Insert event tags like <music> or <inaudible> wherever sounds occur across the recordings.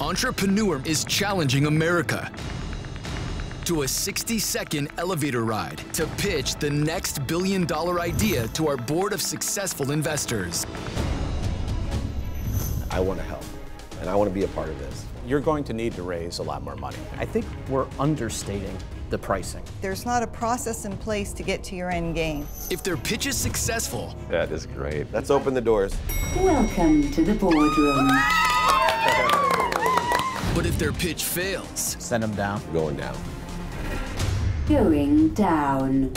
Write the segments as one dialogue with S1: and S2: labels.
S1: Entrepreneur is challenging America to a 60 second elevator ride to pitch the next billion dollar idea to our board of successful investors.
S2: I want to help, and I want to be a part of this.
S3: You're going to need to raise a lot more money.
S4: I think we're understating the pricing.
S5: There's not a process in place to get to your end game.
S1: If their pitch is successful,
S2: That is great. Let's open the doors.
S6: Welcome to the boardroom.
S1: but if their pitch fails,
S4: Send them down.
S2: Going down.
S6: Going down.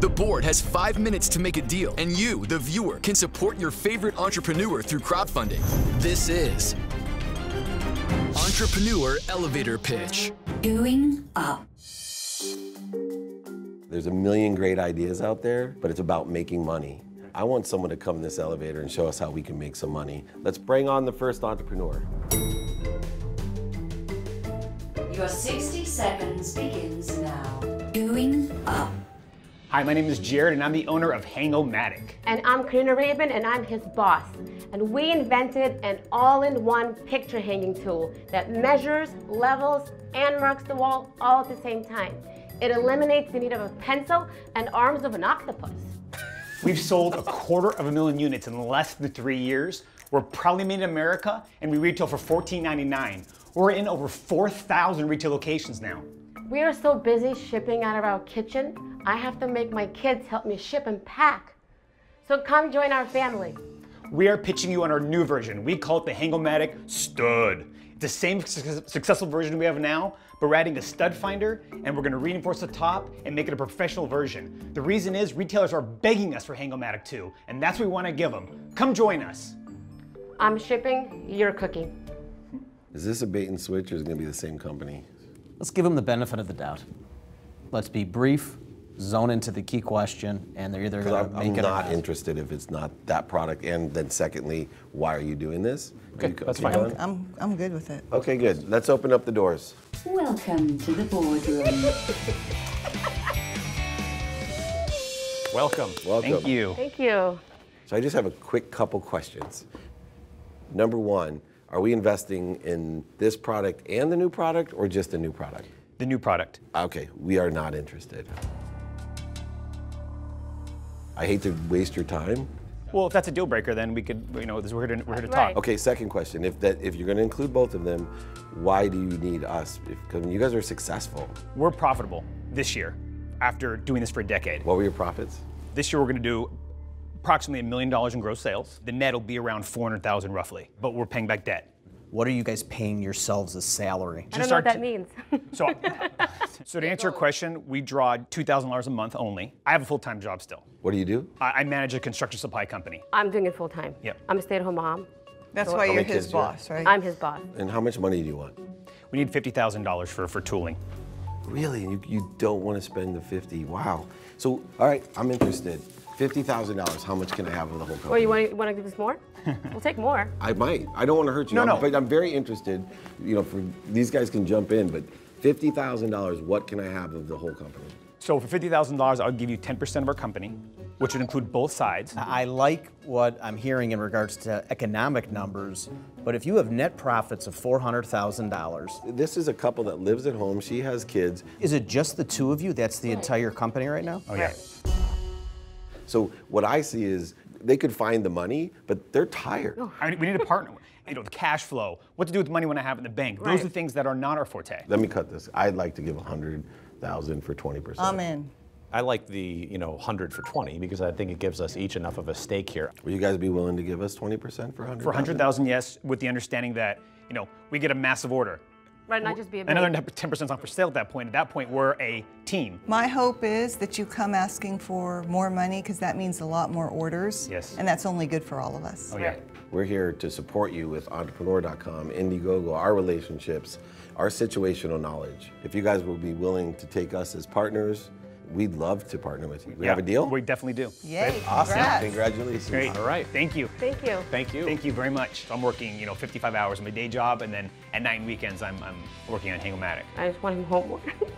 S1: The board has five minutes to make a deal, and you, the viewer, can support your favorite entrepreneur through crowdfunding. This is Entrepreneur Elevator Pitch.
S6: Going up.
S2: There's a million great ideas out there, but it's about making money. I want someone to come in this elevator and show us how we can make some money. Let's bring on the first entrepreneur.
S6: Your 60 seconds begins now. Going up.
S7: Hi, my name is Jared, and I'm the owner of Hangomatic.
S8: And I'm Karina Rabin, and I'm his boss. And we invented an all in one picture hanging tool that measures, levels, and marks the wall all at the same time. It eliminates the need of a pencil and arms of an octopus.
S7: We've sold a quarter of a million units in less than three years. We're proudly made in America, and we retail for $14.99. We're in over 4,000 retail locations now.
S8: We are so busy shipping out of our kitchen, I have to make my kids help me ship and pack. So come join our family.
S7: We are pitching you on our new version. We call it the Hangomatic Stud. It's the same success- successful version we have now, but we're adding a stud finder, and we're gonna reinforce the top and make it a professional version. The reason is retailers are begging us for Hangomatic 2, and that's what we wanna give them. Come join us.
S8: I'm shipping, you're cooking.
S2: Is this a bait and switch or is it going to be the same company?
S4: Let's give them the benefit of the doubt. Let's be brief, zone into the key question, and they're either going
S2: Because I'm,
S4: to
S2: I'm
S4: make it
S2: not
S4: or not.
S2: interested if it's not that product. And then, secondly, why are you doing this? Are you co-
S3: that's
S2: okay,
S3: fine.
S2: Don?
S5: I'm, I'm good with it.
S2: Okay, good. Let's open up the doors.
S6: Welcome to the boardroom.
S3: Welcome.
S2: Welcome.
S7: Thank you.
S8: Thank you.
S2: So I just have a quick couple questions. Number one, are we investing in this product and the new product or just the new product?
S7: The new product.
S2: Okay, we are not interested. I hate to waste your time.
S7: Well, if that's a deal breaker, then we could, you know, this, we're here to, we're here to
S8: Right.
S7: talk.
S2: Okay, second question. If that if you're going to include both of them, why do you need us? Because you guys are successful.
S7: We're profitable this year after doing this for a decade.
S2: What were your profits?
S7: This year we're going to do approximately a million dollars in gross sales. The net will be around 400,000 roughly, but we're paying back debt.
S4: What are you guys paying yourselves as salary?
S8: I don't
S7: Just
S8: know
S7: our
S8: what that
S7: t-
S8: means.
S7: So, so to answer your question, we draw $2,000 a month only. I have a full-time job still.
S2: What do you do?
S7: I, I manage a construction supply company.
S8: <laughs> I'm doing it full time.
S7: Yep.
S8: I'm a stay at home mom.
S5: That's why you're
S2: many
S5: his
S2: kids do you have?
S5: boss, right?
S8: I'm his boss.
S2: And how much money do you want?
S7: We need $50,000 for, for tooling.
S2: Really? You, you don't want to spend the 50. Wow. So, all right, I'm interested. $50,000, how much can I have of the whole company?
S8: Well, you want you want to give us more? we'll take more.
S2: I might. I don't want to hurt you.
S7: No,
S2: I'm-
S7: no.
S2: But I'm very interested. You know, for these guys can jump in, but fifty thousand dollars. What can I have of the whole company?
S7: So for $50,000, I'll give you 10% of our company, which would include both sides.
S4: I like what I'm hearing in regards to economic numbers, but if you have net profits of $400,000,
S2: This is a couple that lives at home. She has kids.
S4: is it just the two of you? That's the entire company right now?
S7: Oh, yeah.
S2: So what I see is they could find the money, but they're tired.
S7: I mean, we need a partner. You know, the cash flow, what to do with the money when I have it in the bank. Those are
S8: Right.
S7: the things that are not our forte.
S2: Let me cut this. I'd like to give a hundred thousand for twenty percent.
S5: I'm in.
S3: I like the, you know, 100 for 20 because I think it gives us each enough of a stake here.
S2: Will you guys be willing to give us twenty percent for hundred?
S7: For 100,000, yes, with the understanding that, you know, we get a massive order.
S8: Right, not just be a
S7: Another
S8: babe.
S7: 10% is not for sale at that point. At that point, we're a team.
S5: My hope is that you come asking for more money because that means a lot more orders.
S7: Yes.
S5: And that's only good for all of us.
S7: Oh, yeah.
S8: Right.
S2: We're here to support you with Entrepreneur.com, Indiegogo, our relationships, our situational knowledge. If you guys will be willing to take us as partners, we'd love to partner with you. We have a
S7: Yeah,
S2: deal?
S7: We definitely do.
S5: Yay.
S2: awesome.
S5: Congrats.
S2: Congratulations.
S7: Great.
S3: All right.
S7: Thank you.
S8: Thank you.
S3: Thank you.
S7: Thank you very much. I'm working, you know, 55 hours on my day job, and then at nine weekends, I'm, I'm working on Hangomatic.
S8: I just want him home more. <laughs>